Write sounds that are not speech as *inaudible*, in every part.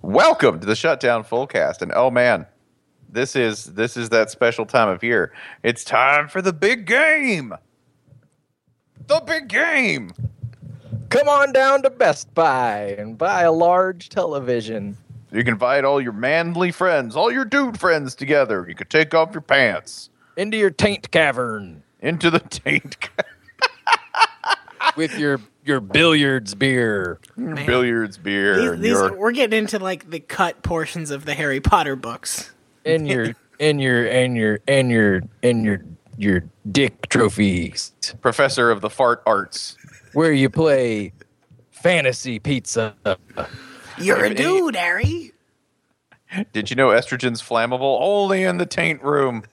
Welcome to the Shutdown Fullcast, and oh man, this is this is that special time of year. It's time for the big game. The big game. Come on down to Best Buy and buy a large television. You can invite all your manly friends, all your dude friends together. You can take off your pants Into your taint cavern into the *laughs* taint with your your billiards beer. billiards beer. These, and these, your- we're getting into like the cut portions of the Harry Potter books. In your in your in your in your in your your dick trophies. professor of the fart arts. Where you play fantasy pizza. *laughs* You're a dude, Harry. Did you know estrogen's flammable? Only in the taint room.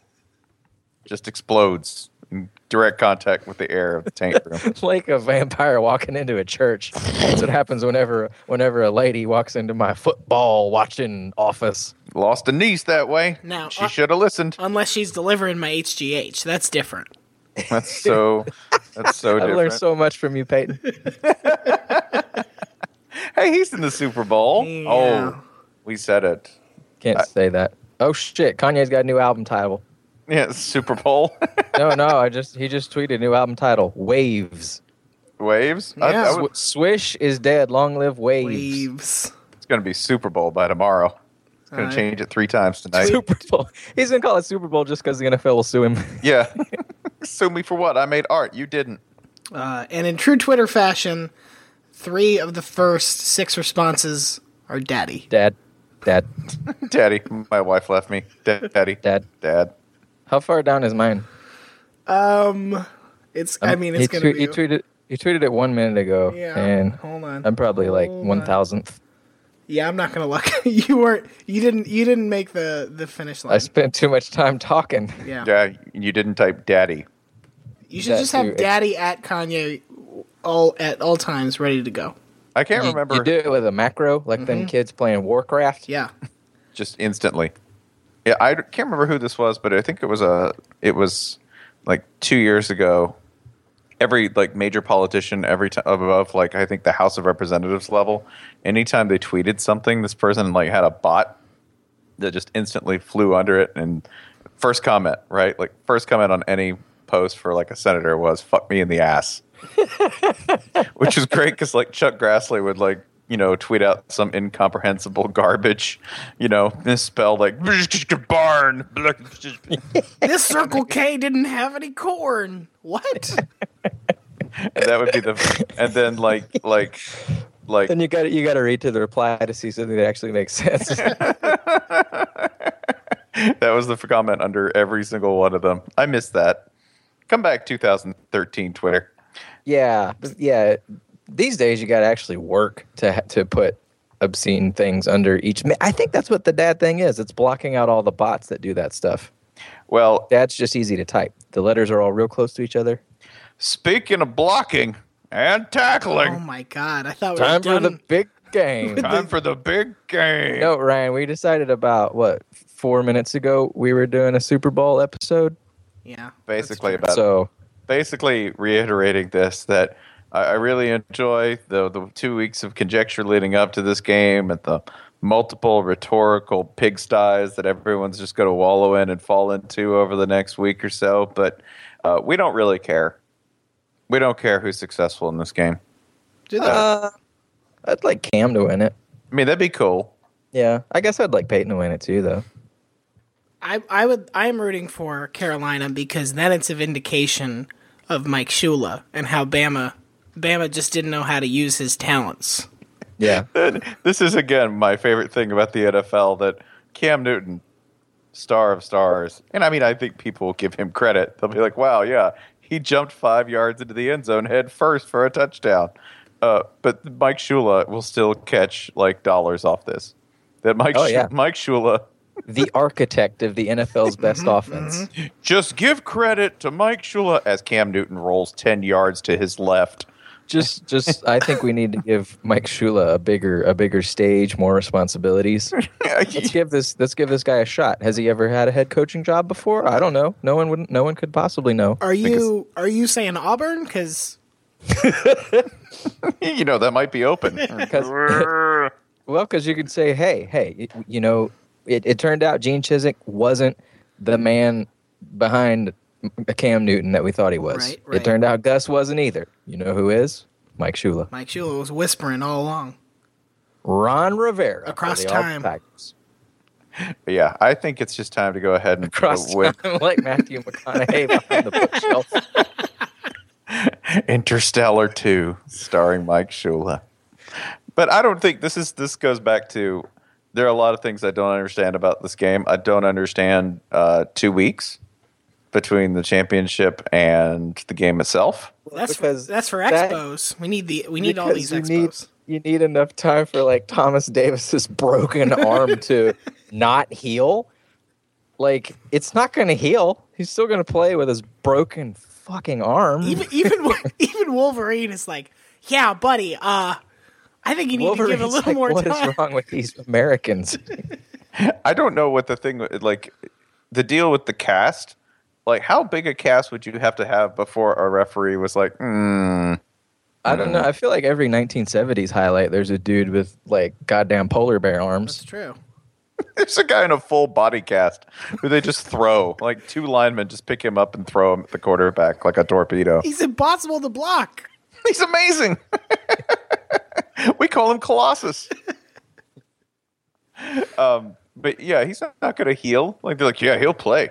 Just explodes in direct contact with the air of the taint *laughs* room. Like a vampire walking into a church. That's what happens whenever whenever a lady walks into my football watching office. Lost a niece that way. Now, she uh, should have *laughs* listened. Unless she's delivering my HGH, that's different. That's so. That's so I different. learned so much from you, Peyton. hey, he's in the Super Bowl. Yeah. Oh, we said it. Can't say that. Oh shit, Kanye's got a new album title. Yeah, Super Bowl *laughs* No, no, I just he just tweeted new album title Waves. waves. I, Yeah. I Sw- would- Swish is dead. Long live waves. Leaves. it's going to be Super Bowl by tomorrow. It's going Alright. to change it three times tonight. *laughs* Super Bowl. He's gonna call it Super Bowl just because the NFL will sue him. *laughs* yeah. *laughs* Sue me for what? I made art. You didn't. Uh, and in true Twitter fashion, three of the first six responses are daddy. Dad, dad, Daddy, my wife left me. Da- Daddy, dad. dad. How far down is mine? Um, it's. I mean, it's he, gonna twe- be. he tweeted. He tweeted it one minute ago, Yeah, and hold on. I'm probably like Hold one on. thousandth. yeah, I'm not gonna look. *laughs* you weren't. You didn't. You didn't make the the finish line. I spent too much time talking. yeah. Yeah, you didn't type daddy. You should That just have too. daddy at Kanye all at all times ready to go. I can't *laughs* You, remember. you do it with a macro, like them kids playing Warcraft. Mm-hmm. Yeah. just instantly. Yeah, I d- can't remember who this was, but I think it was a. It was like two years ago. Every like major politician, every time above like I think the House of Representatives level, anytime they tweeted something, this person like had a bot that just instantly flew under it and first comment right, like first comment on any post for like a senator was "fuck me in the ass." which was great because like Chuck Grassley would like you know tweet out some incomprehensible garbage, you know misspelled like barn. This Circle K didn't have any corn. What? And that would be the and then like like like Then you got you got to read to the reply to see something that actually makes *laughs* sense. that was the comment under every single one of them. I missed that. Come back 2013 Twitter. Yeah, but yeah. These days, you got to actually work to ha- to put obscene things under each. ma- I think that's what the dad thing is. It's blocking out all the bots that do that stuff. Well, Dad's just easy to type. The letters are all real close to each other. speaking of blocking and tackling, Oh my god! I thought we were Time for done. the big game. time for the big game. *laughs* no, Ryan, we decided about what four minutes ago we were doing a Super Bowl episode. yeah. Basically that's about So basically reiterating this that I, I really enjoy the the two weeks of conjecture leading up to this game and the multiple rhetorical pigsties that everyone's just going to wallow in and fall into over the next week or so. But uh, we don't really care. We don't care who's successful in this game. true. Do that. uh, I'd like Cam to win it. I mean, that'd be cool. Yeah, I guess I'd like Peyton to win it too, though. I I would I am rooting for Carolina because then it's an indication of Mike Shula and how Bama Bama just didn't know how to use his talents. *laughs* Yeah. *laughs* This is again my favorite thing about the NFL that Cam Newton, star of stars, and I mean I think people will give him credit. They'll be like, "Wow, yeah, he jumped five yards into the end zone head first for a touchdown." Uh, but Mike Shula will still catch like dollars off this. That Mike Oh, Shu- yeah. Mike Shula. the architect of the NFL's best offense. Just give credit to Mike Shula as Cam Newton rolls ten yards to his left. *laughs* Just, just, I think we need to give Mike Shula a bigger, a bigger stage, more responsibilities. Let's give this, let's give this guy a shot. Has he ever had a head coaching job before? I don't know. No one would, no one could possibly know. Are you are you saying Auburn? Because you know that might be open. *laughs* 'Cause- Well, because you could say, hey, hey, it, you know, it, it turned out Gene Chiswick wasn't the man behind Cam Newton that we thought he was. Right, right. It turned out Gus wasn't either. You know who is? Mike Shula. Mike Shula was whispering all along. Ron Rivera. for Across the All time. Blacks. But yeah, I think it's just time to go ahead and Across with time, like Matthew McConaughey behind the *laughs* bookshelf. Interstellar 2 starring Mike Shula. But I don't think this is this goes back to there are a lot of things I don't understand about this game. I don't understand uh, 2 weeks between the championship and the game itself. Well, that's Because for, that's for that- expos. we need the we need all Because these expos. You need, you need enough time for like Thomas Davis's *laughs* broken arm to not heal. Like it's not going to heal. He's still going to play with his broken fucking arm. even *laughs* even *laughs* Wo- even Wolverine is like, yeah, buddy. Uh, I think you need to give a Wolverine's little like, more "What is time. wrong with these Americans? I don't know what the thing like the deal with the cast. Like how big a cast would you have to have before a referee was like, "Hmm, I don't know. I feel like every 1970s highlight, there's a dude with like goddamn polar bear That's arms. true. There's a guy in a full body cast who they just throw. Like two linemen just pick him up and throw him at the quarterback like a torpedo. He's impossible to block. He's amazing. *laughs* we call him Colossus. *laughs* Um, but yeah, he's not, not going to heal. Like they're like, yeah, he'll play.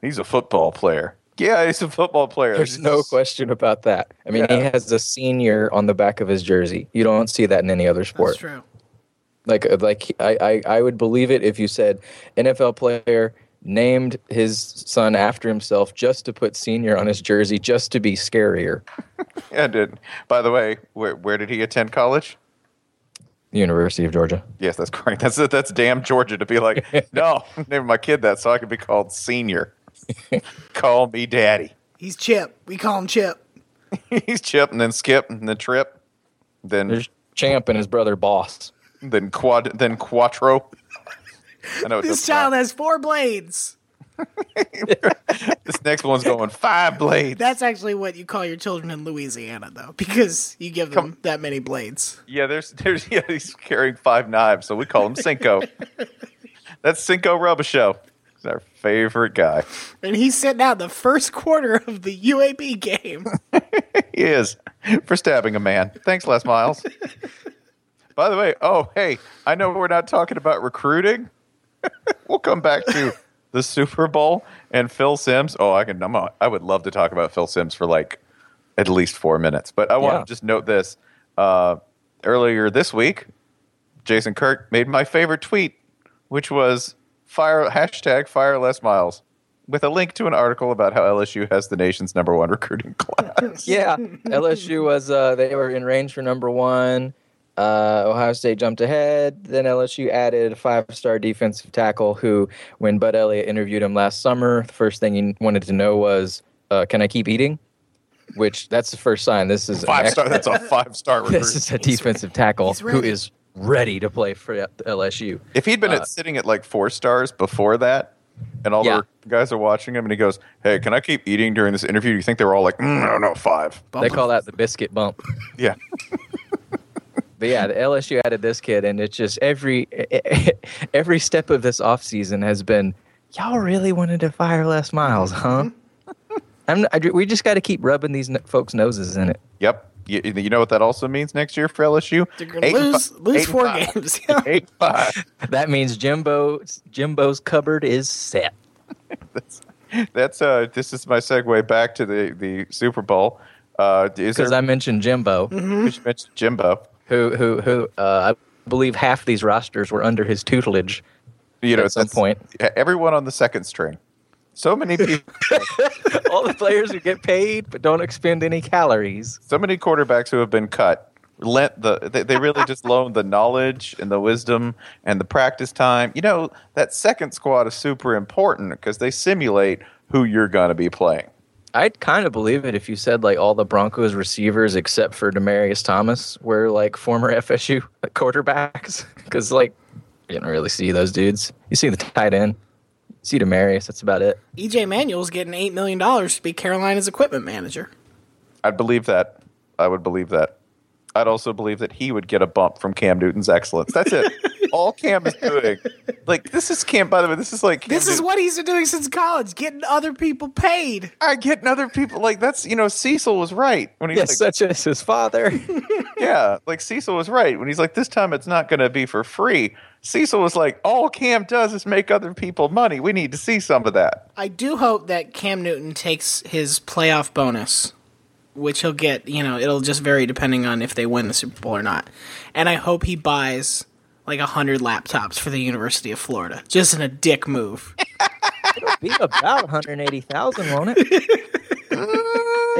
He's a football player. Yeah, he's a football player. There's no question about that. I mean, he Yeah. has a senior on the back of his jersey. You don't see that in any other That's sport. true. Like, uh, like I, I, I would believe it if you said NFL player named his son after himself just to put senior on his jersey just to be scarier. And it, by the way, where, where did he attend college? University of Georgia. Yes, that's correct. That's that's damn Georgia to be *laughs* like, no, name my kid that so I can be called senior. Call me daddy. *laughs* He's Chip. We call him Chip. He's Chip and then Skip and then Trip, then There's Champ and his brother Boss. then Quad then Quattro. I know it This doesn't child has four blades. matter. This next one's going five blades. That's actually what you call your children in Louisiana, though, because you give them that many blades. yeah, there's there's yeah he's carrying five knives, so we call him *laughs* Cinco. that's Cinco Rubisho. He's our favorite guy. And he's sitting out the first quarter of the UAB game. He is for stabbing a man. Thanks, Les Miles. By the way, oh hey, I know we're not talking about recruiting. *laughs* we'll come back to the Super Bowl and Phil Sims. Oh, I can. I'm a, I would love to talk about Phil Sims for like at least four minutes, but I Yeah. want to just note this. Uh, earlier this week, Jason Kirk made my favorite tweet, which was fire hashtag fire Les Miles. With a link to an article about how LSU has the nation's number one recruiting class. *laughs* Yeah, LSU was uh, they were in range for number one. Uh, Ohio State jumped ahead. Then LSU added a five-star defensive tackle who, when Bud Elliott interviewed him last summer, the first thing he wanted to know was, uh, "Can I keep eating?" Which that's the first sign. This is an five ex- star. That's a five *laughs* star recruit. This is a defensive tackle he's who ready. is ready to play for LSU. if he'd been uh, at sitting at like four stars before that, and all Yeah. the the guys are watching him, and he goes, "Hey, can I keep eating during this interview?" You think they were all like, mm, "I don't know, five. *laughs* They call that the biscuit bump. Yeah, But yeah, the LSU added this kid, and it's just every *laughs* every step of this offseason has been, y'all really wanted to fire Les Miles, Mm-hmm. huh? *laughs* I'm, I, we just got to keep rubbing these n- folks' noses in it. *laughs* yep. You, you know what that also means next year for LSU? *laughs* They're gonna Eight and lose fi- eight lose and four five. games. *laughs* Yeah. *laughs* Eight and five. That means Jimbo's Jimbo's cupboard is set. That's uh. This is my segue back to the the Super Bowl. Uh, is Because there? I mentioned Jimbo, Mm-hmm. we should mention Jimbo. who who who uh, I believe half these rosters were under his tutelage. You know, At some that's- e-, point. everyone on the second string. So many *laughs* people. All the players who get paid but don't expend any calories. so many quarterbacks who have been cut lent the they, they really *laughs* just loaned the knowledge and the wisdom and the practice time you know that second squad is super important because they simulate who you're going to be playing I'd kind of believe it if you said like all the Broncos receivers except for Demarius Thomas were like former *laughs* FSU quarterbacks *laughs* because like you don't really see those dudes. You see the tight end, you see Demarius. That's about it. EJ E Manuel's getting eight million dollars to be Carolina's equipment manager. i'd believe that i would believe that I'd also believe that he would get a bump from Cam Newton's excellence. That's *laughs* it. All Cam is doing, like this is Cam. By the way, this is like Cam This is Newton. what he's been doing since college, getting other people paid. I get. in Other people like that's you know Cecil was right when he's Yes, like, such as his father. yeah, like Cecil was right when he's like this time it's not going to be for free. Cecil was like, all Cam does is make other people money. We need to see some of that. I do hope that Cam Newton takes his playoff bonus, which he'll get, you know, it'll just vary depending on if they win the Super Bowl or not. And I hope he buys like a hundred laptops for the University of Florida. Just in a dick move. *laughs* be about 180,000, won't *laughs* it?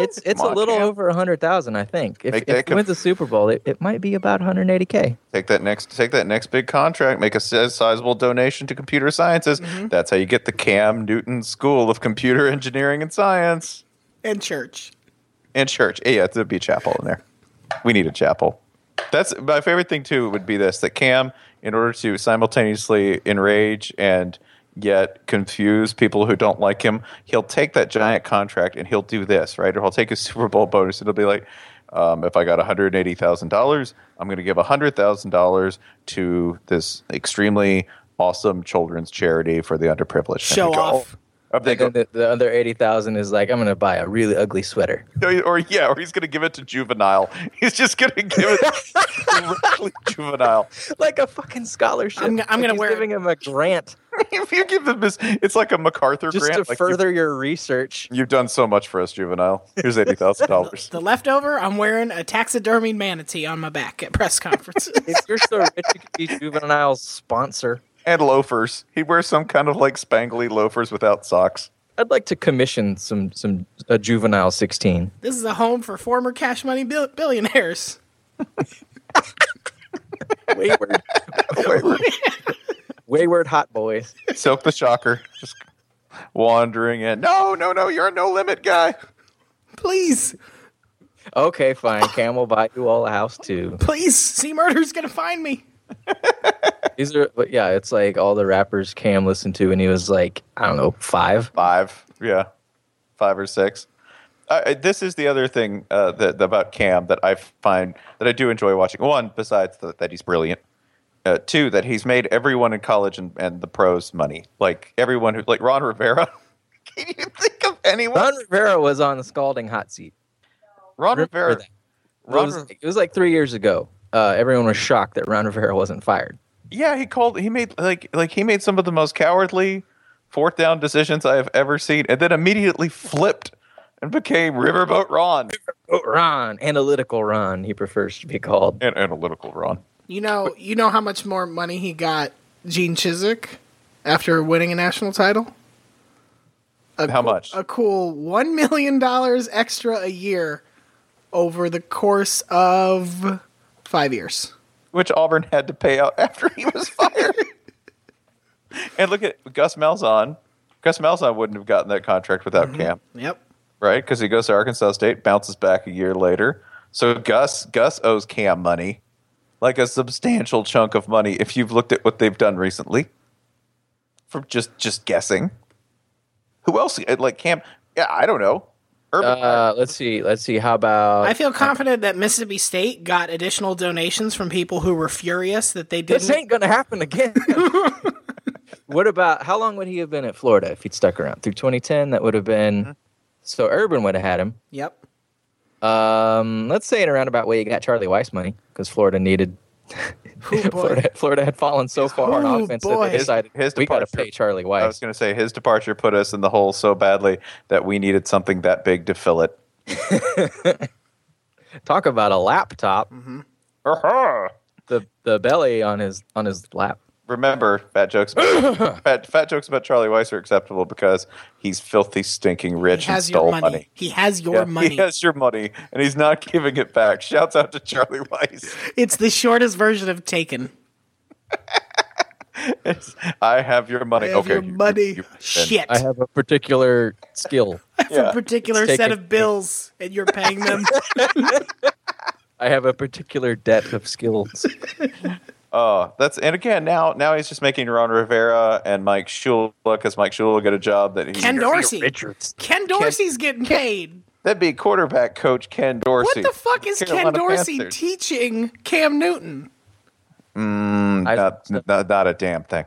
It's it's Come a on, little Cam. over 100,000, I think. If, Make if that it com- wins the Super Bowl, it, it might be about 180k. Take that next. Take that next big contract. Make a si- sizable donation to computer sciences. That's how you get the Cam Newton School of Computer Engineering and Science *laughs* And church. and church. Yeah, there'd be a chapel in there. We need a chapel. That's my favorite thing too. Would be this that Cam, in order to simultaneously enrage and yet confuse people who don't like him, he'll take that giant contract and he'll do this right, or he'll take his *laughs* Super Bowl bonus and he'll be like. Um, if I got $180,000, I'm going to give $100,000 to this extremely awesome children's charity for the underprivileged. And Show they go- off. Up they And go, then the, the other 80,000 is like, I'm going to buy a really ugly sweater. *laughs* no, or yeah, or he's gonna give it to juvenile. *laughs* He's just gonna give it directly to juvenile. Like a fucking scholarship. I'm g- I'm Like gonna he's wear- giving him a grant if you give them this, it's like a MacArthur just grant. to like, further your research. You've, you've done so much for us, juvenile. Here's eighty thousand dollars. The leftover, I'm wearing a taxidermied manatee on my back at press conferences. *laughs* *laughs* If you're so rich, you could be Juvenile's sponsor. And loafers. He wears some kind of like spangly loafers without socks. I'd like to commission some some a Juvenile 16. this is a home for former cash money bil- billionaires. *laughs* Wayward, *laughs* wayward hot boys. Silk the shocker, just wandering in. No, no, no, you're a no limit guy. Please, Okay, fine. Cam will buy you all a house too. please, C Murder's gonna find me. These are, but yeah, it's like all the rappers Cam listened to, and he was like, I don't know, five. Five, yeah, five or six. Uh, uh, this is the other thing uh, that about Cam that I find that I do enjoy watching. One, besides the, that he's brilliant. Uh, two, that he's made everyone in college and, and the pros money. Like everyone who, like Ron Rivera. *laughs* Can you think of anyone? Ron Rivera was on the scalding hot seat. Ron Remember Rivera. that. It Ron was, Ri- it was like three years ago. Uh, everyone was shocked that Ron Rivera wasn't fired. yeah, he called. He made like like he made some of the most cowardly fourth down decisions I have ever seen, and then immediately flipped and became Riverboat Ron Oh, Ron, analytical Ron, he prefers to be called. and analytical Ron. You know, you know how much more money he got, Gene Chiswick, after winning a national title. A How cool- much? A cool one million dollars extra a year over the course of five years. which Auburn had to pay out *laughs* after he was fired. and look at Gus Malzahn. Gus Malzahn wouldn't have gotten that contract without Cam, Yep. right? Because he goes to Arkansas State, bounces back a year later. So Gus Gus owes Cam money, like a substantial chunk of money. If you've looked at what they've done recently, from just just guessing, who else uh, like Cam? Yeah, I don't know. Urban Uh, let's see. Let's see. How about I feel confident that Mississippi State got additional donations from people who were furious that they this didn't. ain't gonna happen again. what about how long would he have been at Florida if he'd stuck around through 2010? That would have been so Urban would have had him. Yep. Um, let's say in a roundabout way, you got Charlie Weiss money because Florida needed. *laughs* boy. Florida, Florida had fallen so far on Oh, offense that boy. they decided His- his we got to departure- pay Charlie I was Weiss. going to say his departure put us in the hole so badly that we needed something that big to fill it. Talk about a laptop. Uh-huh. The the belly on his on his lap. remember fat jokes about, fat, fat jokes about charlie weiss are acceptable because he's filthy stinking rich He and has your stole money. money, He has your Yeah, money. he has your money and he's not giving it back shouts out to charlie weiss It's the shortest version of Taken. It's, i have your money I have okay your you- money. you- you- Shit. I have a particular skill. yeah. a particular It's set Taken. of bills, and you're paying *laughs* them. I have a particular depth of skills. Oh, that's and again now now he's just making Ron Rivera and Mike Shula because Mike Shula will get a job that he Ken Dorsey. Richards. Ken Dorsey's getting paid. That'd be quarterback coach Ken Dorsey. What the fuck is Ken Carolina Dorsey Panthers. teaching Cam Newton? I- *laughs* Not, Uh, not, not a damn thing.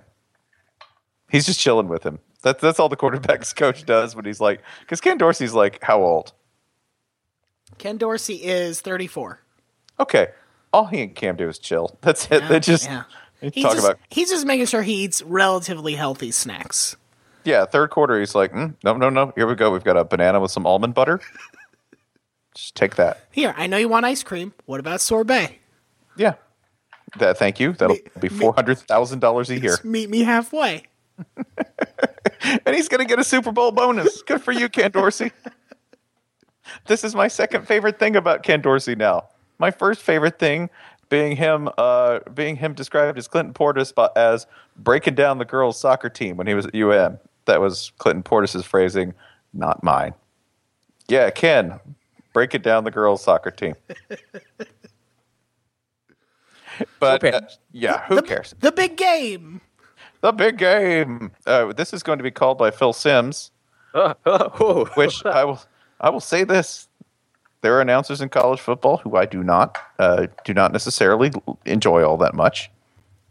He's just chilling with him. That's that's all the quarterback's *laughs* coach does when he's like, because Ken Dorsey's like, how old? Ken Dorsey is 34. Okay, all he and Cam do is chill. *laughs* That's it. they just Uh, yeah. they He's talk just, about he's just making sure he eats relatively healthy snacks. yeah. Third quarter, he's like, mm, no, no, no. Here we go. We've got a banana with some almond butter. just take that. Here, I know you want ice cream. What about sorbet? Yeah. That. Thank you. That'll be four hundred thousand dollars a year, Meet me halfway. and he's gonna get a Super Bowl bonus. Good for you, Ken Dorsey. this is my second favorite thing about Ken Dorsey now. My first favorite thing being him, uh, being him described as Clinton Portis bu- as breaking down the girls' soccer team when he was at UM. That was Clinton Portis's phrasing, not mine. Yeah, Ken, break it down the girls' soccer team. But Who cares? uh, yeah, who the, cares? The big game. The big game. Uh, this is going to be called by Phil Sims, oh, which I will. I will say this: there are announcers in college football who I do not uh, do not necessarily enjoy all that much.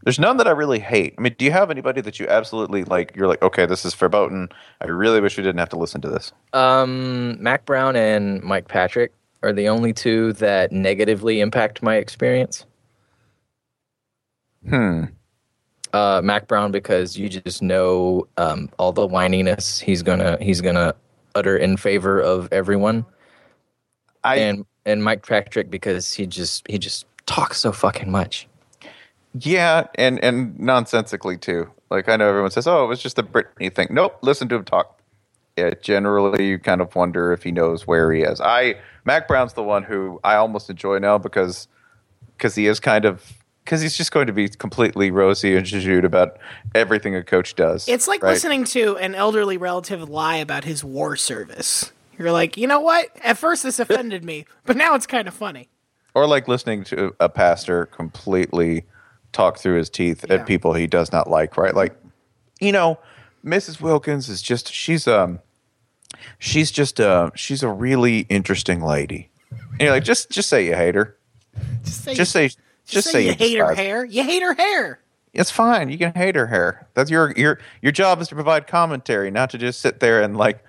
There's none that I really hate. I mean, do you have anybody that you absolutely like? You're like, okay, this is verboten. I really wish we didn't have to listen to this. um, Mac Brown and Mike Patrick are the only two that negatively impact my experience. Hmm. Uh, Mac Brown because you just know um, all the whininess he's gonna he's gonna utter in favor of everyone, I and and Mike Patrick because he just he just talks so fucking much. yeah, and and nonsensically too. Like I know everyone says, oh, it was just the Britney thing. Nope, listen to him talk. yeah, generally you kind of wonder if he knows where he is. I Mac Brown's the one who I almost enjoy now because because he is kind of because he's just going to be completely rosy and jujute about everything a coach does. It's like right? listening to an elderly relative lie about his war service. You're like, you know what? At first, this offended me, but now it's kind of funny. or like listening to a pastor completely talk through his teeth Yeah. at people he does not like right like you know mrs wilkins is just she's um she's just uh she's a really interesting lady and you're like just just say you hate her Just say, just say just, say, you hate her despise hair. You hate her hair. it's fine. You can hate her hair. That's your your your job is to provide commentary, not to just sit there and like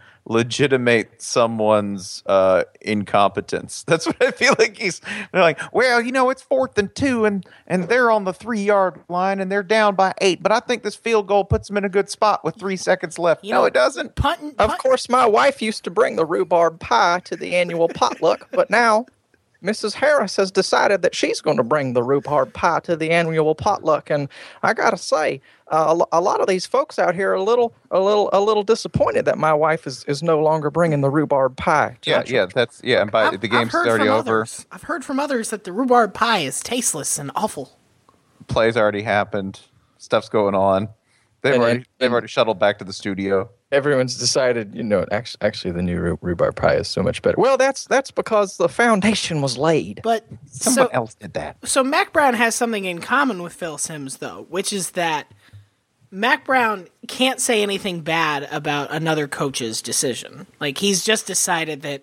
legitimate someone's uh, incompetence. *laughs* That's what I feel like he's. They're like, well, you know, it's fourth and two, and and they're on the three yard line, and they're down by eight. But I think this field goal puts them in a good spot with three seconds left. You no, know, it doesn't. Punting. Of punt- course, my wife used to bring the rhubarb pie to the annual potluck, but now Mrs. Harris has decided that she's going to bring the rhubarb pie to the annual potluck. And I gotta say, uh, a lo- a lot of these folks out here are a little, a little, a little disappointed that my wife is is no longer bringing the rhubarb pie. to Yeah, my yeah, that's yeah. And by I've- uh, the I've game's heard already from over. others- I've heard from others that the rhubarb pie is tasteless and awful. Plays already happened. Stuff's going on. They've And- already and- they've already shuttled back to the studio. everyone's decided you know actually, actually the new rhu- rhubarb pie is so much better well that's that's because the foundation was laid But Someone so, else did that. so Mac Brown has something in common with Phil Sims though, which is that Mac Brown can't say anything bad about another coach's decision. Like he's just decided that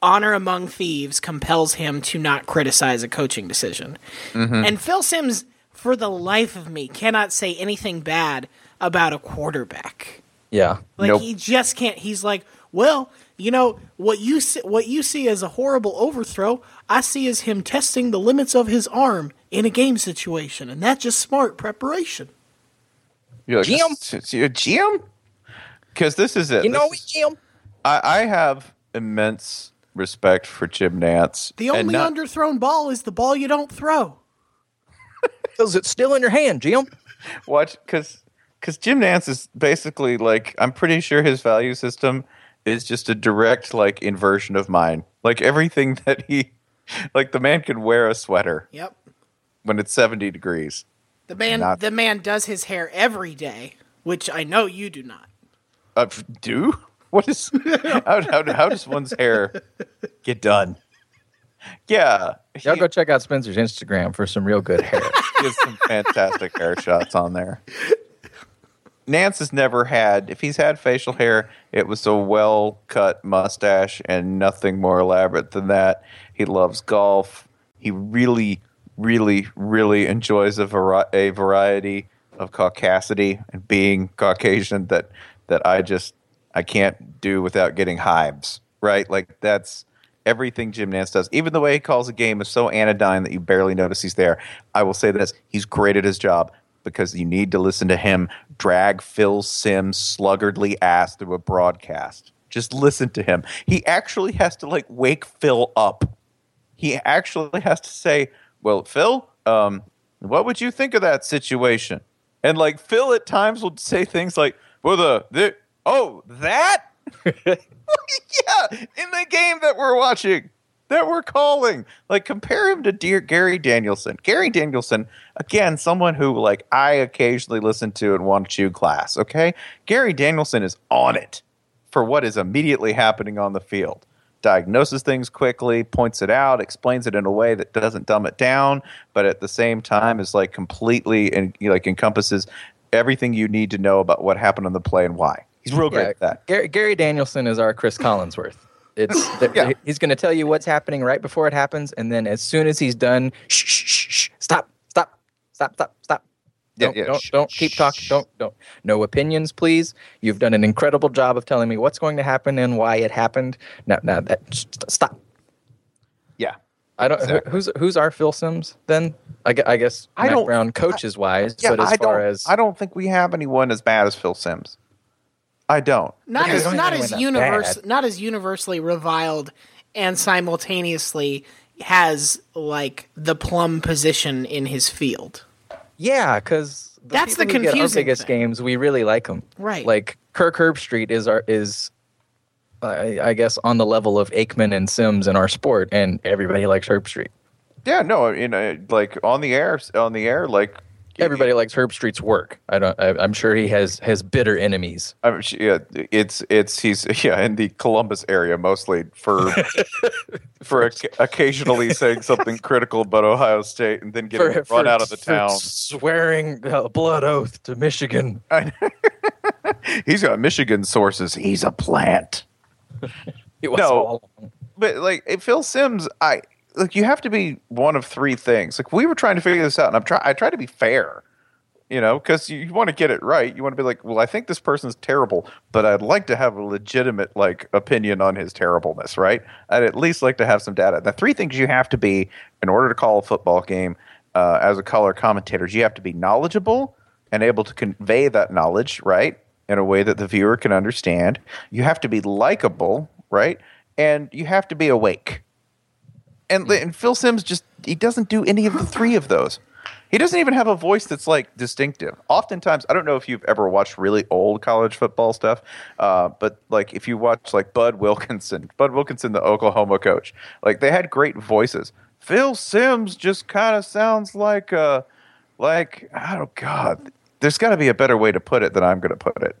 honor among thieves compels him to not criticize a coaching decision. Mm-hmm. And Phil Sims for the life of me cannot say anything bad about a quarterback. yeah Like Nope. he just can't. He's like, well, you know what you see, what you see as a horrible overthrow, I see as him testing the limits of his arm in a game situation, and that's just smart preparation. You're like, Jim? "S- s- you- Jim? Because this is it. you This know is- jim I, I have immense respect for Jim Nance. The and only not- underthrown ball is the ball you don't throw. because it's still in your hand jim watch because because Jim Nance is basically like I'm pretty sure his value system is just a direct like inversion of mine. Like everything *laughs* that he, like the man can wear a sweater Yep. when it's 70 degrees. The man, Not- the man does his hair every day, which I know you do not. Uh, f- do *laughs* what is how, how, how does one's hair get done? Yeah, y'all he- go check out *laughs* spencer's instagram for some real good hair She has some fantastic hair shots on there. Nance has never had. If he's had facial hair, it was a well cut mustache and nothing more elaborate than that. He loves golf. He really, really, really enjoys a, vari- a variety of caucasity and being Caucasian that that I just I can't do without getting hives. Right, like that's everything Jim Nance does. Even the way he calls a game is so anodyne that you barely notice he's there. I will say this: he's great at his job because you need to listen to him drag Phil Simms' sluggardly ass through a broadcast. Just listen to him. He actually has to like wake Phil up. He actually has to say, "Well, Phil, um, what would you think of that situation?" And like Phil at times will say things like, "Well, the, the oh that." *laughs* yeah, in the game that we're watching, that we're calling. Like, compare him to dear Gary Danielson. Gary Danielson, again, someone who like I occasionally listen to and want to chew glass. Okay, Gary Danielson is on it for what is immediately happening on the field. Diagnoses things quickly, points it out, explains it in a way that doesn't dumb it down, but at the same time is like completely and like encompasses everything you need to know about what happened on the play and why. He's real great Yeah, at that. Gary, Gary Danielson is our Chris Collinsworth. It's th- *laughs* Yeah. he's going to tell you what's happening right before it happens, and then as soon as he's done, shh, shh, shh, shh, stop, stop, stop, stop, stop. Yeah, Don't, yeah, don't, shh, don't keep talking. shh. Don't, don't. No opinions, please. You've done an incredible job of telling me what's going to happen and why it happened. No, no, that st- stop. Yeah. I don't. who- Exactly. Who's who's our Phil Sims then? I, gu- I guess I Mac don't- Brown coaches wise, Yeah, but as I far don't, as I don't think we have anyone as bad as Phil Sims. I don't. Not Yeah, as don't not even win as that universe bad. not as universally reviled and simultaneously has like the plum position in his field. Yeah, because That's the confusing our biggest thing. games. We really like them, Right. Like Kirk Herbstreit is our is, I, I guess, on the level of Aikman and Sims in our sport, and everybody likes Herbstreit. Yeah, no, you know, like on the air, on the air, like Everybody likes Herbstreit's work. I don't. I, I'm sure he has has bitter enemies. I mean, she- yeah, it's it's he's *laughs* yeah in the Columbus area mostly for *laughs* for oc occasionally saying something critical about Ohio State and then getting run out of the for town. swearing a blood oath to Michigan. Uh, He's got Michigan sources. He's a plant. It was No. all along. but like it, Phil Sims, I like you have to be one of three things. Like we were trying to figure this out, and I'm try I try to be fair, you know, because you, want to get it right. You want to be like, well, I think this person's terrible, but I'd like to have a legitimate like opinion on his terribleness, right? I'd at least like to have some data. The three things you have to be in order to call a football game uh, as a color commentator, is you have to be knowledgeable and able to convey that knowledge, right? In a way that the viewer can understand. You have to be likable, right? And you have to be awake. And, and Phil Sims just, he doesn't do any of the three of those. He doesn't even have a voice that's like distinctive. Oftentimes, I don't know if you've ever watched really old college football stuff, uh, but like if you watch like Bud Wilkinson, Bud Wilkinson, the Oklahoma coach, like they had great voices. Phil Sims just kind of sounds like, uh, like I don't God. There's got to be a better way to put it than I'm going to put it.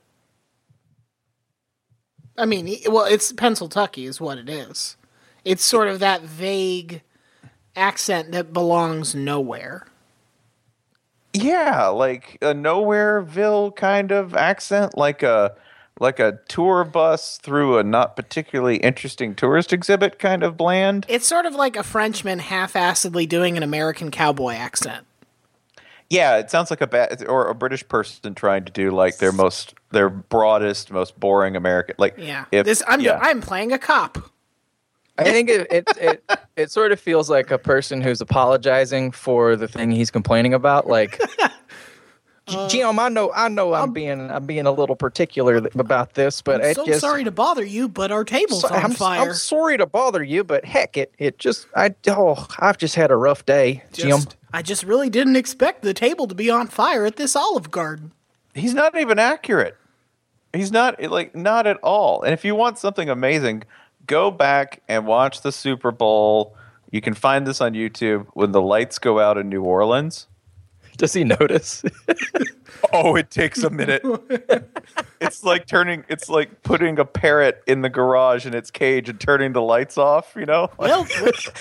I mean, he- well, it's Pennsylvania is what it is. It's sort of that vague accent that belongs nowhere. Yeah, like a nowhereville kind of accent, like a like a tour bus through a not particularly interesting tourist exhibit kind of bland. It's sort of like a Frenchman half-assedly doing an American cowboy accent. Yeah, it sounds like a bad or a British person trying to do like their most their broadest, most boring American. Like Yeah. if- this I'm yeah. I'm playing a cop. I think it, it, it, it sort of feels like a person who's apologizing for the thing he's complaining about. *laughs* Like, Uh, Giom, I know, I know, I'm, being, I'm being a little particular th- about this, but I'm it so just, sorry to bother you, but our table's so- on I'm, fire. I'm sorry to bother you, but heck, it, it just, I, oh, I've just had a rough day, Jim. Just- I just really didn't expect the table to be on fire at this *laughs* Olive Garden. he's not even accurate. He's not like not at all. And if you want something amazing, go back and watch the Super Bowl. You can find this on YouTube when the lights go out in New Orleans. *laughs* Does he notice? *laughs* Oh, it takes a minute. it's like turning it's like putting a parrot in the garage in its cage and turning the lights off, you know? Well,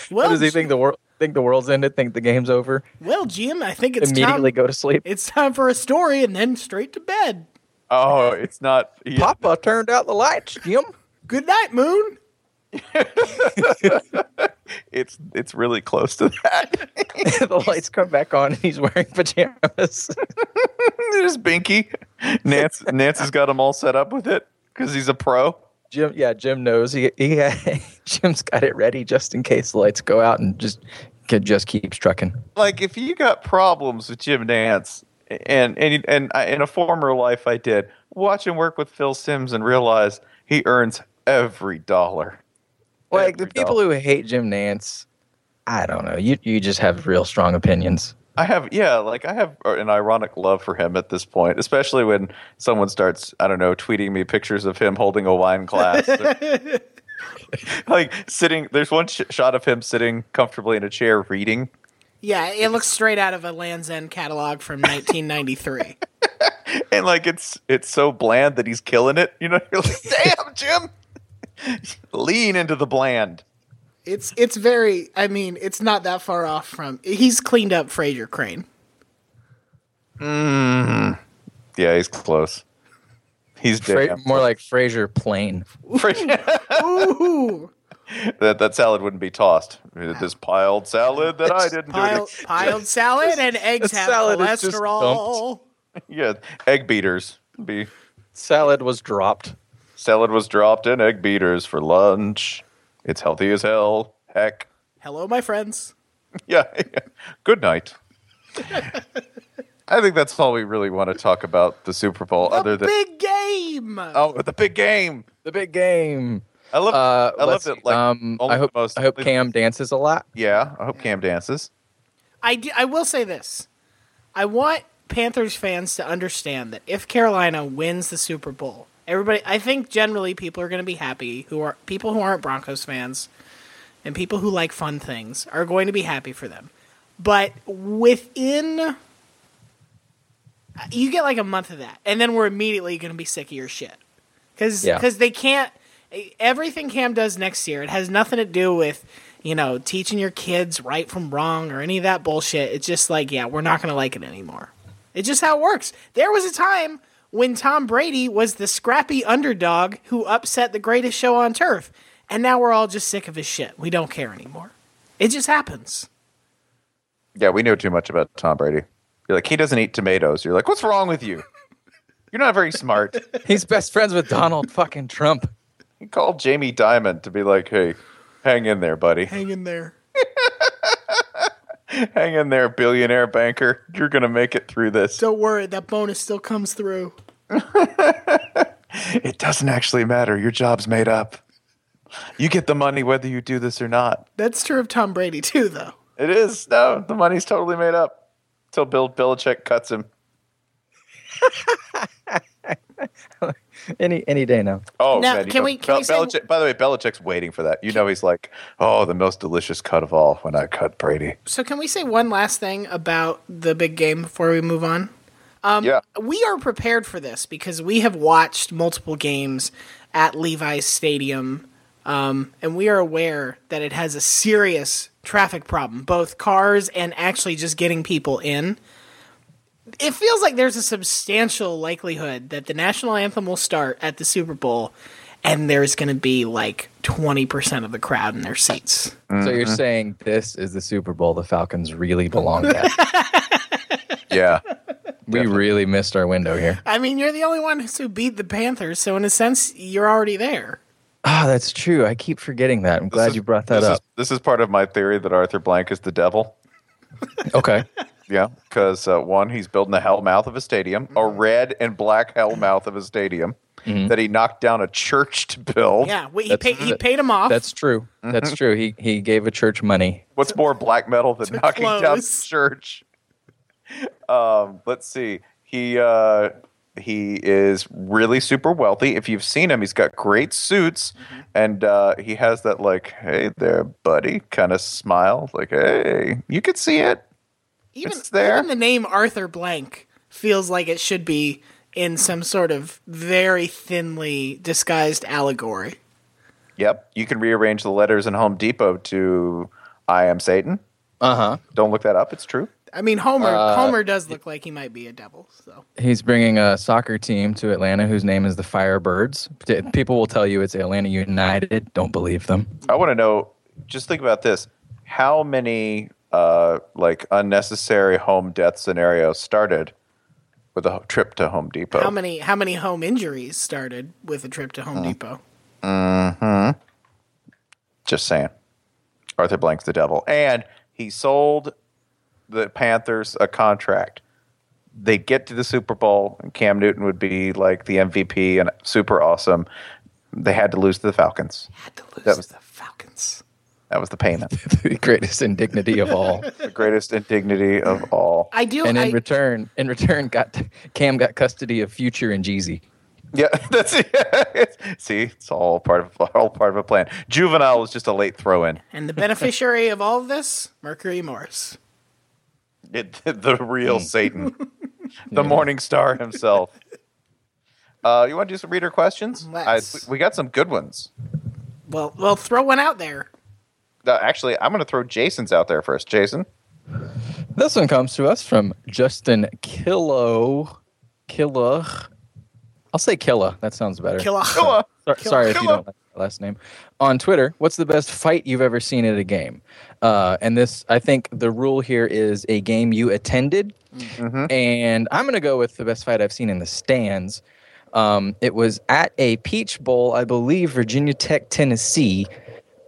well, Does he think the world, think the world's ended, think the game's over, well, Jim, I think it's immediately time. *laughs* go to sleep? It's time for a story and then straight to bed. Oh, it's not. yeah. Papa turned out the lights, Jim. Good night, Moon. It's it's really close to that. *laughs* *laughs* *laughs* the lights come back on, and he's wearing pajamas. *laughs* There's Binky. Nance Nance has got him all set up with it because he's a pro. Jim, yeah, Jim knows. He, he *laughs* Jim's got it ready just in case the lights go out, and just kid just keeps trucking. Like if you got problems with Jim Nance, and and and I, in a former life I did, watch him work with Phil Sims and realize he earns every dollar. Like the Every people dollar. who hate Jim Nance, I don't know. You you just have real strong opinions. I have, yeah, like I have an ironic love for him at this point, especially when someone starts, I don't know, tweeting me pictures of him holding a wine glass. *laughs* like sitting, there's one sh- shot of him sitting comfortably in a chair reading. Yeah, it looks straight out of a Land's End catalog from *laughs* 1993. And like it's it's so bland that he's killing it. You know, you're like, damn, Jim, *laughs* lean into the bland. it's it's very. I mean, it's not that far off from. He's cleaned up Fraser Crane. Yeah, he's close. He's Fra- damn more like Fraser Plain. that Ooh, *laughs* that salad wouldn't be tossed. This piled salad that I didn't do. anything- piled, *laughs* piled salad and eggs the have salad is just cholesterol. Yeah, egg beaters be Salad was dropped. salad was dropped in egg beaters for lunch. It's healthy as hell. Heck, *laughs* Hello, my friends. yeah. Good night. I think that's all we really want to talk about the Super Bowl, other The than big game. oh, the big game. The big game. I love. Uh, I love let's see. it. Like, um, only I hope the most, I hope Cam dances a lot. Yeah, I hope Cam dances. I, do- I will say this. I want Panthers fans to understand that if Carolina wins the Super Bowl, everybody I think generally people are going to be happy who are people who aren't Broncos fans and people who like fun things are going to be happy for them. But within you get like a month of that and then we're immediately going to be sick of your shit. Cuz Yeah. cuz they can't everything Cam does next year, it has nothing to do with, you know, teaching your kids right from wrong or any of that bullshit. It's just like, yeah, we're not going to like it anymore. It's just how it works. There was a time when Tom Brady was the scrappy underdog who upset the greatest show on turf. And now we're all just sick of his shit. We don't care anymore. It just happens. Yeah, we know too much about Tom Brady. You're like, he doesn't eat tomatoes. You're like, what's wrong with you? You're not very smart. *laughs* *laughs* He's best friends with Donald fucking Trump. He called Jamie Diamond to be like, hey, hang in there, buddy. Hang in there. Hang in there, billionaire banker. You're going to make it through this. Don't worry, that bonus still comes through. It doesn't actually matter. Your job's made up. You get the money whether you do this or not. That's true of Tom Brady, too, though. It is. No, the money's totally made up. Till Bill Belichick cuts him. Any any day now. Oh, Now, man, you can know, we- can we say- Belichick, by the way, Belichick's waiting for that. You know, he's like, oh, the most delicious cut of all when I cut Brady. So, can we say one last thing about the big game before we move on? Um, yeah. *laughs* we are prepared for this because we have watched multiple games at Levi's Stadium, um, and we are aware that it has a serious traffic problem, both cars and actually just getting people in. It feels like there's a substantial likelihood that the national anthem will start at the Super Bowl, and there's going to be like 20% of the crowd in their seats. So you're saying this is the Super Bowl the Falcons really belonged *laughs* at. Yeah. we really missed our window here. I mean, you're the only one who beat the Panthers, so in a sense, you're already there. Ah, that's true. I keep forgetting that. I'm glad This you is- brought that this up. Is, this is part of my theory that Arthur Blank is the devil. *laughs* okay. Yeah, because uh, one, he's building a hell mouth of a stadium, a Mm-hmm. red and black hell mouth of a stadium that he knocked down a church to build. Yeah, we, he, That's- paid, he paid them off. That's true. Mm-hmm. That's true. He he gave a church money. What's more black metal than knocking down a close. church? Um, let's see. He uh, he is really super wealthy. If you've seen him, he's got great suits, Mm-hmm. and uh, he has that like, "Hey there, buddy," kind of smile. Like, "Hey, you could see it." even, It's there. even the name Arthur Blank feels like it should be in some sort of very thinly disguised allegory. Yep. You can rearrange the letters in Home Depot to I am Satan. Uh huh. Don't look that up. It's true. I mean, Homer. Homer does look like he might be a devil. So He's bringing a soccer team to Atlanta whose name is the Firebirds. P- People will tell you it's Atlanta United. Don't believe them. *laughs* I want to know. Just think about this: how many uh, like unnecessary home death scenarios started with a ho- trip to Home Depot? how many how many home injuries started with a trip to Home Depot? Just saying. Arthur Blank's the devil, and he sold the Panthers a contract. They get to the Super Bowl, and Cam Newton would be like the MVP and super awesome. They had to lose to the Falcons. Had to lose That was- the Falcons. That was the payment. the greatest indignity of all. the greatest indignity of all. I do. And in I, return, in return, got Cam got custody of Future and Jeezy. Yeah, *laughs* that's it. See, it's all part of all part of a plan. Juvenile was just a late throw in. and the beneficiary of all of this, Mercury Morris. The real Hmm. Satan, *laughs* the Morning Star himself. Uh, you want to do some reader questions? Let's. we got some good ones. Well, well, throw one out there. Uh, actually, I'm going to throw Jason's out there first. Jason, This one comes to us from Justin Killo. Killa. I'll say Killa. That sounds better. Kill Killa. Sor- Killa. Sorry if you Killa. don't like that last name. On Twitter, what's the best fight you've ever seen at a game? Uh, and this, I think the rule here is a game you attended. And I'm going to go with the best fight I've seen in the stands. Um, it was at a Peach Bowl, I believe, Virginia Tech, Tennessee.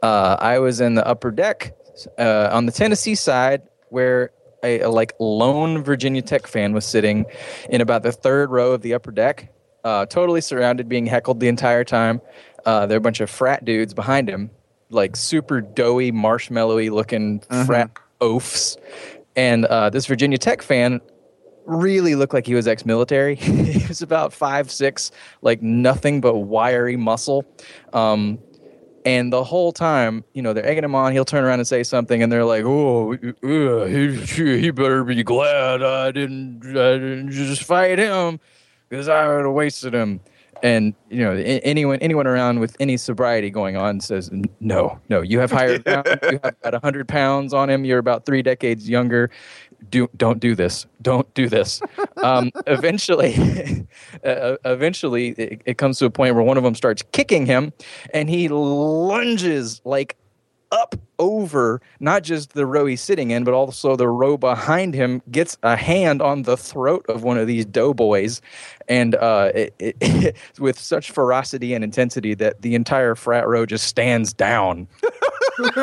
Uh, I was in the upper deck uh, on the Tennessee side where a, a, like lone Virginia Tech fan was sitting in about the third row of the upper deck, uh, totally surrounded, being heckled the entire time. Uh, there are a bunch of frat dudes behind him, like super doughy, marshmallowy looking frat oafs. And uh, this Virginia Tech fan really looked like he was ex-military. *laughs* he was about five six, like nothing but wiry muscle. Um, and the whole time, you know, they're egging him on. He'll turn around and say something, and they're like, "Oh, uh, he, he better be glad I didn't, I didn't just fight him, because I would have wasted him." And you know, a- anyone anyone around with any sobriety going on says, "No, no, you have higher ground. You have about hundred pounds on him. You're about three decades younger. Do don't do this. Don't do this." Um, eventually, *laughs* uh, eventually, it, it comes to a point where one of them starts kicking him, and he lunges like up over not just the row he's sitting in, but also the row behind him gets a hand on the throat of one of these doughboys, and uh, it, it, *laughs* with such ferocity and intensity that the entire frat row just stands down. *laughs*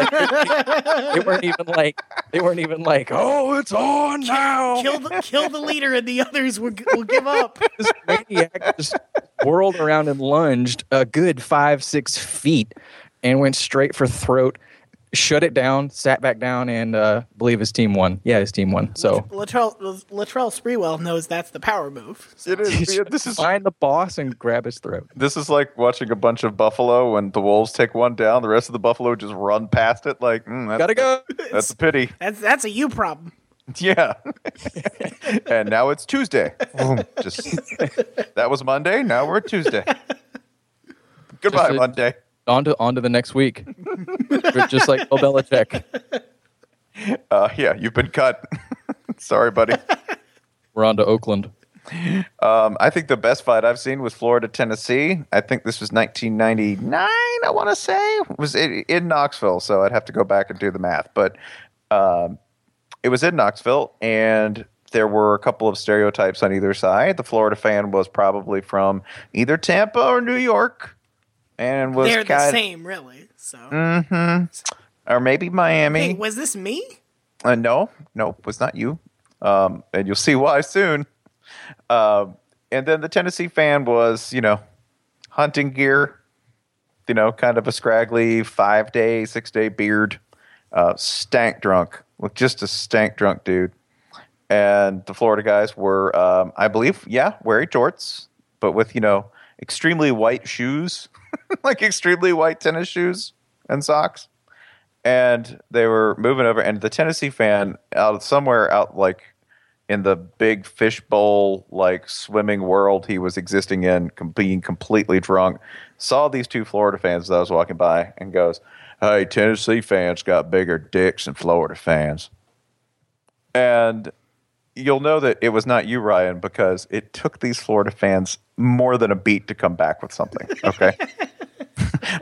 they weren't even like they weren't even like, oh, it's on now. Kill the kill the leader, and the others will, will give up. this maniac just whirled around and lunged a good five, six feet and went straight for throat, shut it down, sat back down, and uh, believe his team won. Yeah, his team won. So Latrell Latrell Sprewell knows that's the power move. So- it is. This is find the boss and grab his throat. this is like watching a bunch of buffalo when the wolves take one down. The rest of the buffalo just run past it. Like, mm, that's, Gotta go. That's a pity. That's that's a you problem. *laughs* Yeah. and now it's Tuesday. Boom. Just that was Monday. Now we're at *laughs* Tuesday. Goodbye, Just a- Monday. On to, on to the next week. Just like Bill Belichick. Uh, yeah, you've been cut. *laughs* Sorry, buddy. We're on to Oakland. Um, I think the best fight I've seen was Florida Tennessee. I think this was 1999. I want to say It was in, in Knoxville, so I'd have to go back and do the math, but um, it was in Knoxville, and there were a couple of stereotypes on either side. The Florida fan was probably from either Tampa or New York, and was They're the kind- same, really. So or maybe Miami. hey, was this me? *laughs* Uh, no, no, it was not you. Um, and you'll see why soon. Um, and then the Tennessee fan was, you know, hunting gear, you know, kind of a scraggly five day, six day beard, uh, stank drunk, look just a stank drunk dude. And the Florida guys were, um, I believe, yeah, wearing jorts, but with, you know, extremely white shoes, *laughs* like extremely white tennis shoes and socks and they were moving over and the tennessee fan out somewhere out like in the big fishbowl like swimming world he was existing in com- being completely drunk saw these two florida fans as i was walking by and goes hey tennessee fans got bigger dicks than florida fans And you'll know that it was not you, Ryan, because it took these Florida fans more than a beat to come back with something. Okay.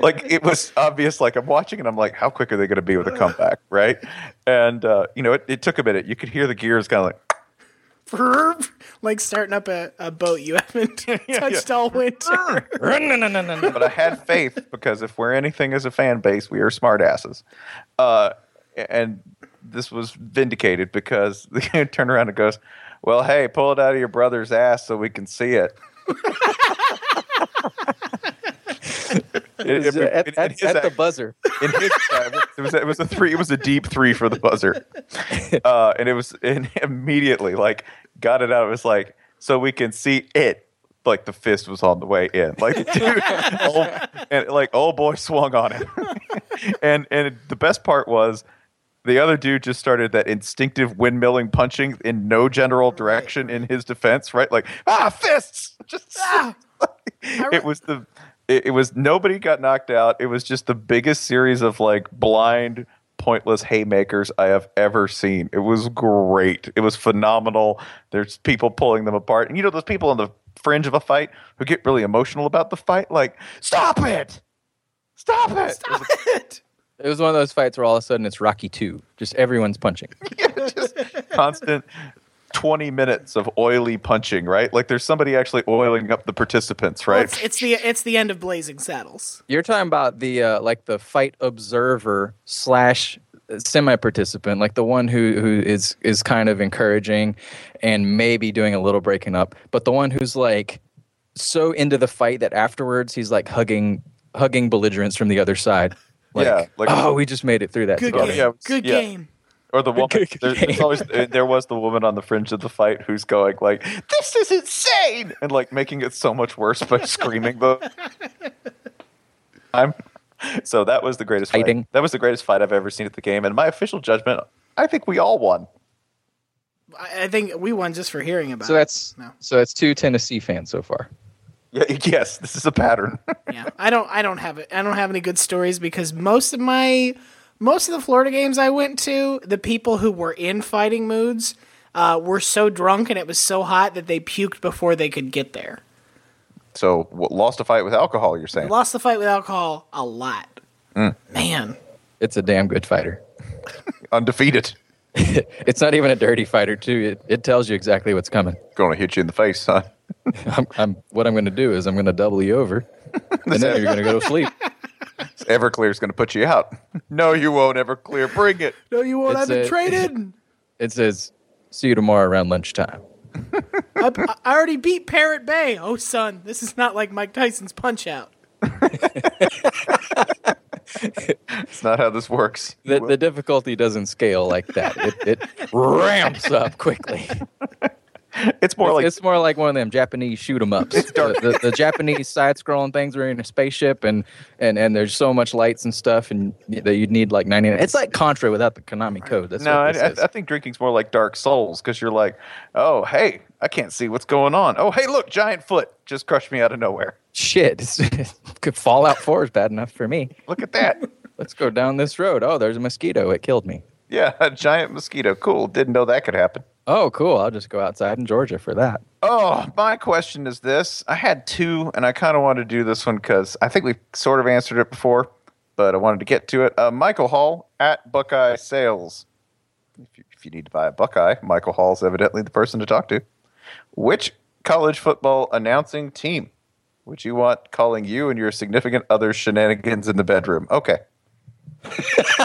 like it was obvious. Like I'm watching and I'm like, how quick are they going to be with a comeback, right? And uh, you know, it, it took a minute. You could hear the gears kind of like like starting up a, a boat you *laughs* haven't touched *laughs* all winter. but I had faith because if we're anything as a fan base, we are smartasses. Uh, and this was vindicated because *laughs* the kid turned around and goes, "Well, hey, pull it out of your brother's ass so we can see it." *laughs* It was, uh, at, in at, his at the act- buzzer. in his time, it was it was a three. It was a deep three for the buzzer, uh, and it was and *laughs* immediately like got it out. It was like so we can see it. Like the fist was on the way in. Like *laughs* dude, old, and like old boy swung on it. *laughs* and and the best part was. The other dude just started that instinctive windmilling punching in no general direction in his defense, right? Like, ah, fists! Just Ah! it was the it, it was nobody got knocked out. It was just the biggest series of like blind pointless haymakers I have ever seen. It was great. It was phenomenal. There's people pulling them apart. And you know those people on the fringe of a fight who get really emotional about the fight like stop it. Stop it. Stop it. It was one of those fights where all of a sudden it's Rocky Two. Just everyone's punching. constant 20 minutes of oily punching, right? Like there's somebody actually oiling up the participants, *laughs* Well, right? it's, it's the it's the end of Blazing Saddles. You're talking about the uh, like the fight observer slash semi participant, like the one who who is is kind of encouraging and maybe doing a little breaking up, but the one who's like so into the fight that afterwards he's like hugging hugging belligerents from the *laughs* other side. Like, Yeah, like- oh, we just made it through that. Good together. game. yeah, Good yeah. game. Or the woman. good There, there's game. always, uh, there was the woman on the fringe of the fight who's going like, "This is insane," and like making it so much worse by screaming the. I'm. So that was the greatest Fighting. Fight. That was the greatest fight I've ever seen at the game, and my official judgment, I think we all won. I, I think we won just for hearing about. So that's it. no. so that's two Tennessee fans so far. Yeah, *laughs* yes, this is a pattern. *laughs* Yeah, I don't. I don't have it. I don't have any good stories because most of my most of the Florida games I went to, the people who were in fighting moods uh, were so drunk and it was so hot that they puked before they could get there. so w- lost a fight with alcohol. You're I saying? lost the fight with alcohol a lot. Man, It's a damn good fighter. *laughs* Undefeated. It's not even a dirty fighter, too. It, it tells you exactly what's coming. Going to hit you in the face, huh? I'm, I'm, what I'm going to do is I'm going to double you *laughs* over, and then you're going to go to sleep. Everclear's going to put you out. *laughs* no, you won't. Everclear, bring it. no, you won't. It's I've been a- *laughs* traded. It says, "See you tomorrow around lunchtime." I, I already beat Parrot Bay. Oh, son, this is not like Mike Tyson's Punch Out. It's not how this works. The, the difficulty doesn't scale like that. It, it ramps *laughs* up quickly. It's more like it's more like one of them Japanese shoot 'em ups. The, the, the Japanese side scrolling things where you're in a spaceship and, and, and there's so much lights and stuff and that you'd need like 99. It's like Contra without the Konami code. That's No, I, what this I, is. I think drinking's more like Dark Souls because you're like, oh, hey, I can't see what's going on. Oh, hey, look, giant foot just crushed me out of nowhere. Shit, it's- *laughs* Fallout 4 is bad enough for me. Look at *laughs* that. Let's go down this road. Oh, there's a mosquito. It killed me. yeah, a giant mosquito. Cool. Didn't know that could happen. Oh, cool. I'll just go outside in Georgia for that. Oh, my question is this. I had two, and I kind of wanted to do this one because I think we sort of answered it before, but I wanted to get to it. Uh, Michael Hall at Buckeye Sales. If you, if you need to buy a Buckeye, Michael Hall's evidently the person to talk to. Which college football announcing team would you want calling you and your significant other shenanigans in the bedroom? Okay. *laughs*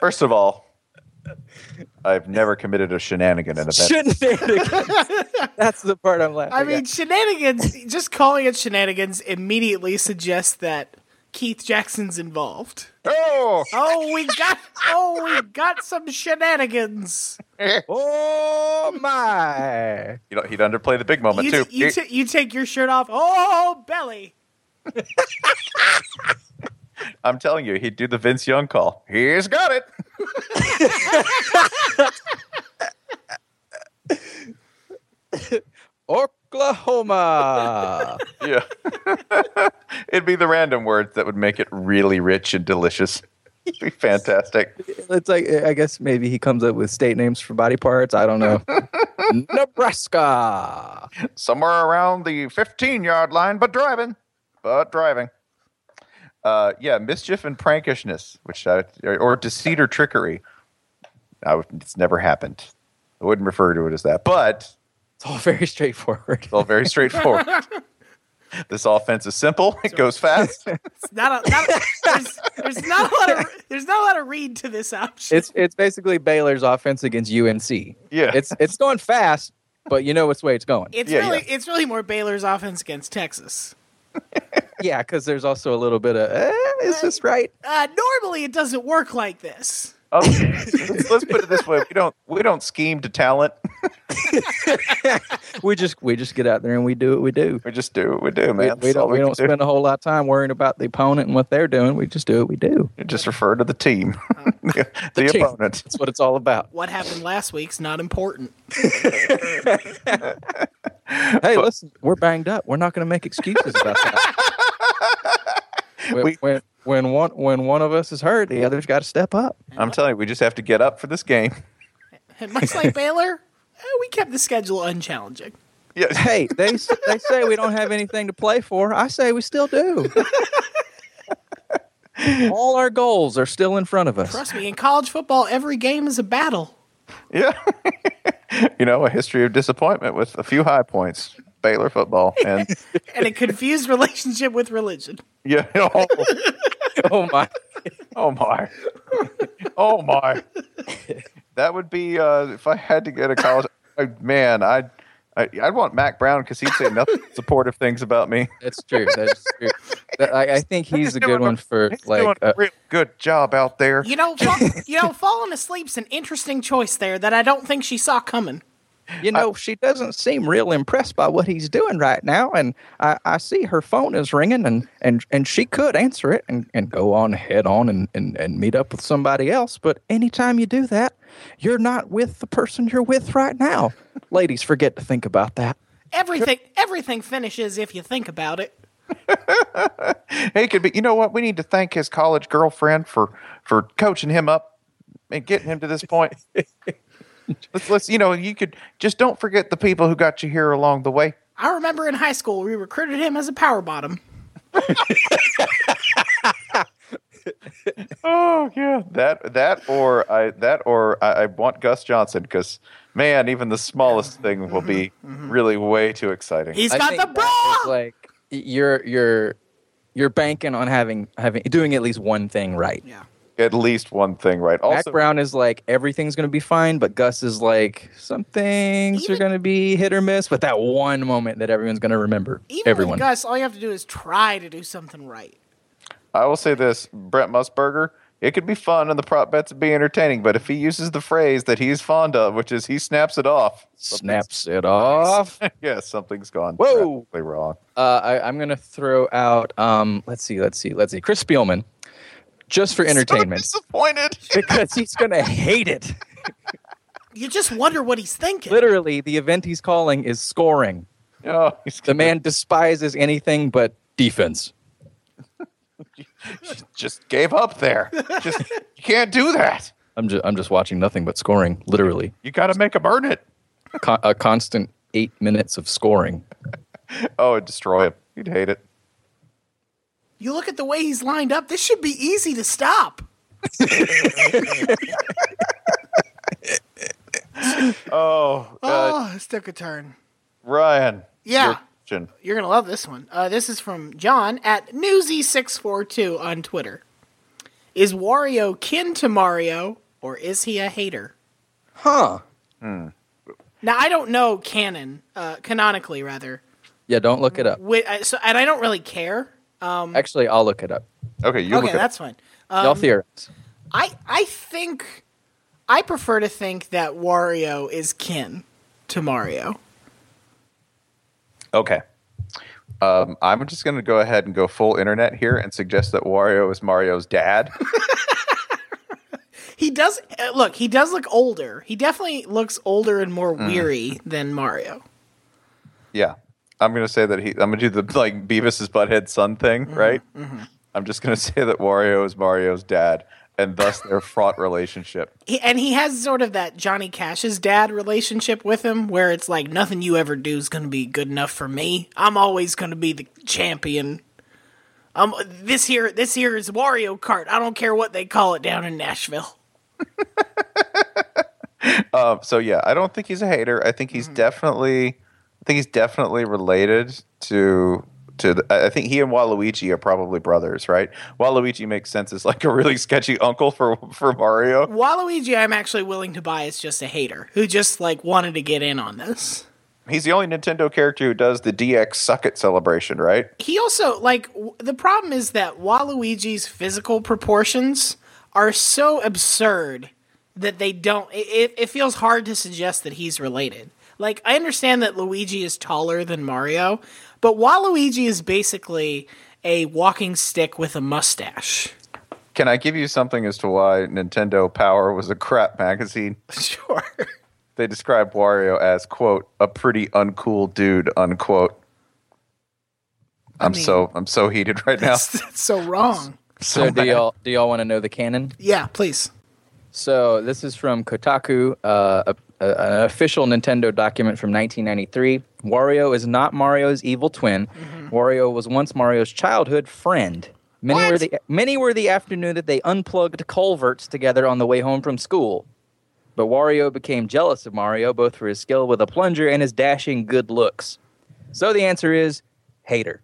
First of all, I've never committed a shenanigan in a bedroom. Shenanigans. That's the part I'm laughing I mean, shenanigans, just calling it shenanigans immediately suggests that Keith Jackson's involved. Oh! Oh, we got oh, we got some shenanigans. oh my. You know, he'd underplay the big moment, You, too. t- you, t- you take your shirt off. Oh, belly. I'm telling you, he'd do the Vince Young call. He's got it. Oklahoma. Yeah. *laughs* It'd be the random words that would make it really rich and delicious. It'd be fantastic. *laughs* It's like I guess maybe he comes up with state names for body parts. I don't know. Nebraska. Somewhere around the 15 yard line, but driving. But driving. Uh, yeah, mischief and prankishness, which I, or deceit or trickery. I would, it's never happened. I wouldn't refer to it as that, but It's all very straightforward. it's all very straightforward. this offense is simple. It goes fast. It's not a, not a- there's, there's not a lot of there's not a lot of read to this option. It's it's basically Baylor's offense against UNC. Yeah. It's it's going fast, but you know which way it's going. It's yeah, really yeah. it's really more Baylor's offense against Texas. yeah, because there's also a little bit of eh, is this right? Uh, normally, it doesn't work like this. Oh, *laughs* let's, let's put it this way: we don't we don't scheme to talent. We just we just get out there and we do what we do. We just do what we do, We, man. we That's all don't we can don't do. spend a whole lot of time worrying about the opponent and what they're doing. We just do what we do. Just refer to the team, *laughs* the, *laughs* the team. opponent. That's what it's all about. What happened last week's not important. *laughs* *laughs* Hey, listen, we're banged up. We're not going to make excuses about that. when, We- when when one when one of us is hurt, the other's got to step up. I'm telling you, we just have to get up for this game. *laughs* And much like Baylor, eh, we kept the schedule unchallenging. Yeah, Hey, they s- *laughs* they say we don't have anything to play for. I say we still do. All our goals are still in front of us. Trust me, in college football, every game is a battle. yeah. *laughs* you know, a history of disappointment with a few high points. Baylor football and *laughs* and a confused *laughs* relationship with religion. yeah. *laughs* Oh, *laughs* Oh my! oh my. *laughs* Oh my. That would be uh, if I had to get a college. I- Man, I'd I, I'd want Mac Brown because he'd say nothing *laughs* but supportive things about me. That's true. That's true. That- I, I think he's a good doing a- one for He's doing like. a uh, real good job out there. You know, fall, you know, falling asleep's an interesting choice there that I don't think she saw coming. you know, she doesn't seem real impressed by what he's doing right now, and I, I see her phone is ringing, and and and she could answer it and, and go on head on and, and and meet up with somebody else. But anytime you do that, you're not with the person you're with right *laughs* now. Ladies, forget to think about that. Everything, everything finishes if you think about it. He could be. You know what? We need to thank his college girlfriend for for coaching him up and getting him to this point. let's, let's. You know, you could just don't forget the people who got you here along the way. I remember in high school we recruited him as a power bottom. Oh yeah, that that or I that or I, I want Gus Johnson because man, even the smallest thing will be really way too exciting. He's I got think the that is, bra. Like y- you're you're you're banking on having having doing at least one thing right. Yeah, At least one thing, right? Mac Also, Brown is like everything's gonna be fine, but Gus is like some things are Even- gonna be hit or miss. But that one moment that everyone's gonna remember, even everyone. with Gus, all you have to do is try to do something right. I will say this: Brent Musburger. It could be fun and the prop bets would be entertaining, but if he uses the phrase that he's fond of, which is he snaps it off, snaps it off. *laughs* yeah, something's gone Whoa. drastically wrong. Uh, I, I'm gonna throw out. Um, let's see, let's see, let's see. Chris Spielman, just for entertainment, *laughs* So *laughs* disappointed. because he's gonna hate it. You just wonder what he's thinking. Literally, the event he's calling is scoring. oh, he's The man despises anything but defense. just gave up there. Just you can't do that. I'm just I'm just watching nothing but scoring. Literally, You got to make him earn it. Con- a constant eight minutes of scoring. Oh, it'd destroy him. He'd hate it. You look at the way he's lined up. This should be easy to stop. Oh, uh, Oh, this took a turn. Ryan. Yeah. your question. You're gonna love this one. Uh, this is from John at Newsy642 on Twitter. Is Wario kin to Mario, or is he a hater? Huh? Now I don't know canon, uh, canonically rather. Yeah, don't look it up. Wi- I- uh, so, and I don't really care. Actually, I'll look it up. Okay, you Okay, look at that's fine. Uh, Y'all theorize. I I think I prefer to think that Wario is kin to Mario. Okay. Um, I'm just going to go ahead and go full internet here and suggest that Wario is Mario's *laughs* dad. He does uh, look. He does look older. He definitely looks older and more weary than Mario. yeah. I'm going to say that he, I'm going to do the *laughs* Mm-hmm, like Beavis' butthead son thing, right? I'm just going to say that Wario is Mario's dad. and thus their fraught relationship. He, and he has sort of that Johnny Cash's dad relationship with him, where it's like nothing you ever do is going to be good enough for me. I'm always going to be the champion. Um, this here, this here is Wario Kart. I don't care what they call it down in Nashville. Um, so yeah, I don't think he's a hater. I think he's definitely, I think he's definitely related to to. The, I I think he and Waluigi are probably brothers, right? Waluigi makes sense as like a really sketchy uncle for for Mario. Waluigi, I'm actually willing to buy is just a hater who just like wanted to get in on this. He's the only Nintendo character who does the DX suck it celebration, right? He also like w- the problem is that Waluigi's physical proportions are so absurd that they don't. It, it, it feels hard to suggest that he's related. Like I understand that Luigi is taller than Mario, but Waluigi is basically a walking stick with *laughs* a mustache. Can I give you something as to why Nintendo Power was a crap magazine? Sure. They described Wario as quote a pretty uncool dude unquote. I'm so I'm so heated right now. That's, *laughs* that's so wrong. So So do mad. y'all do y'all want to know the canon? Yeah, please. So this is from Kotaku, uh, a, a, an official Nintendo document from 1993. Wario is not Mario's evil twin. Wario was once Mario's childhood friend. Many were the many were the afternoon that they unplugged culverts together on the way home from school. But Wario became jealous of Mario both for his skill with a plunger and his dashing good looks. So the answer is hater.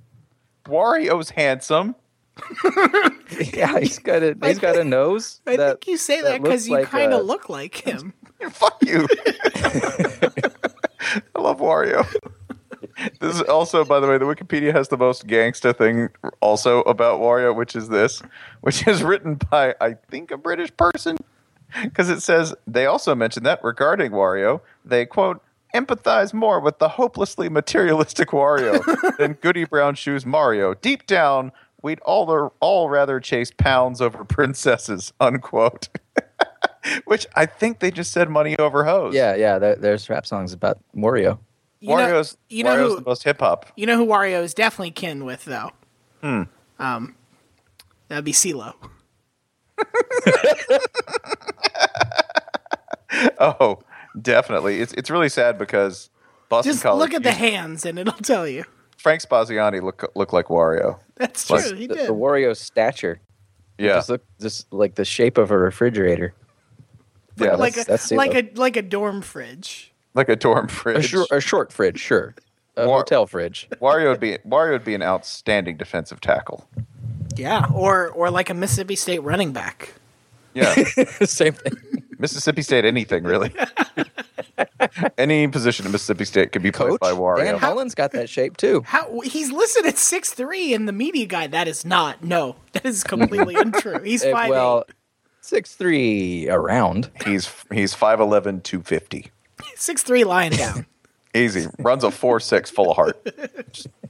Wario's handsome. *laughs* Yeah, he's got *laughs* a he's got a nose. I that- think you say that looks because you like kind a- of look like him. Fuck you. I love Wario. This is also, by the way, the Wikipedia has the most gangsta thing also about Wario, which is this, which is written by, I think, a British person. Because it says, they also mentioned that regarding Wario, they quote, empathize more with the hopelessly materialistic Wario than Goody Brown Shoes Mario. Deep down, we'd all, all rather chase pounds over princesses, unquote. *laughs* Which I think they just said money over hoes. yeah, yeah. There, there's rap songs about Wario. You know- Wario's, you know Wario's who- the most hip hop. You know who Wario is definitely kin with, though. Hmm. Um, that'd be CeeLo. Oh, definitely. It's it's really sad because Boston Just College. look at the hands, and it'll tell you. Frank Spaziani look look like Wario. That's true. Plus, he the, did. the Wario stature. Yeah, Just look, just like the shape of a refrigerator. yeah, like like, that's- a that's CeeLo. like a like a dorm fridge. a dorm A, fridge. shor- a short fridge, sure. A War- hotel fridge. *laughs* Wario would be Wario would be an outstanding defensive tackle. Yeah, or or like a Mississippi State running back. *laughs* Yeah, Same thing. Mississippi State anything *laughs* really. Any position in Mississippi State could be played Coach by Dan Wario. Holland's got that shape too. How he's listed at six three in the media guide. That is not. No, *laughs* that *laughs* is completely untrue. He's Eh, five well, six three around. he's he's 5'11", 250. eight. Six three lying down. Easy runs a four six full of heart.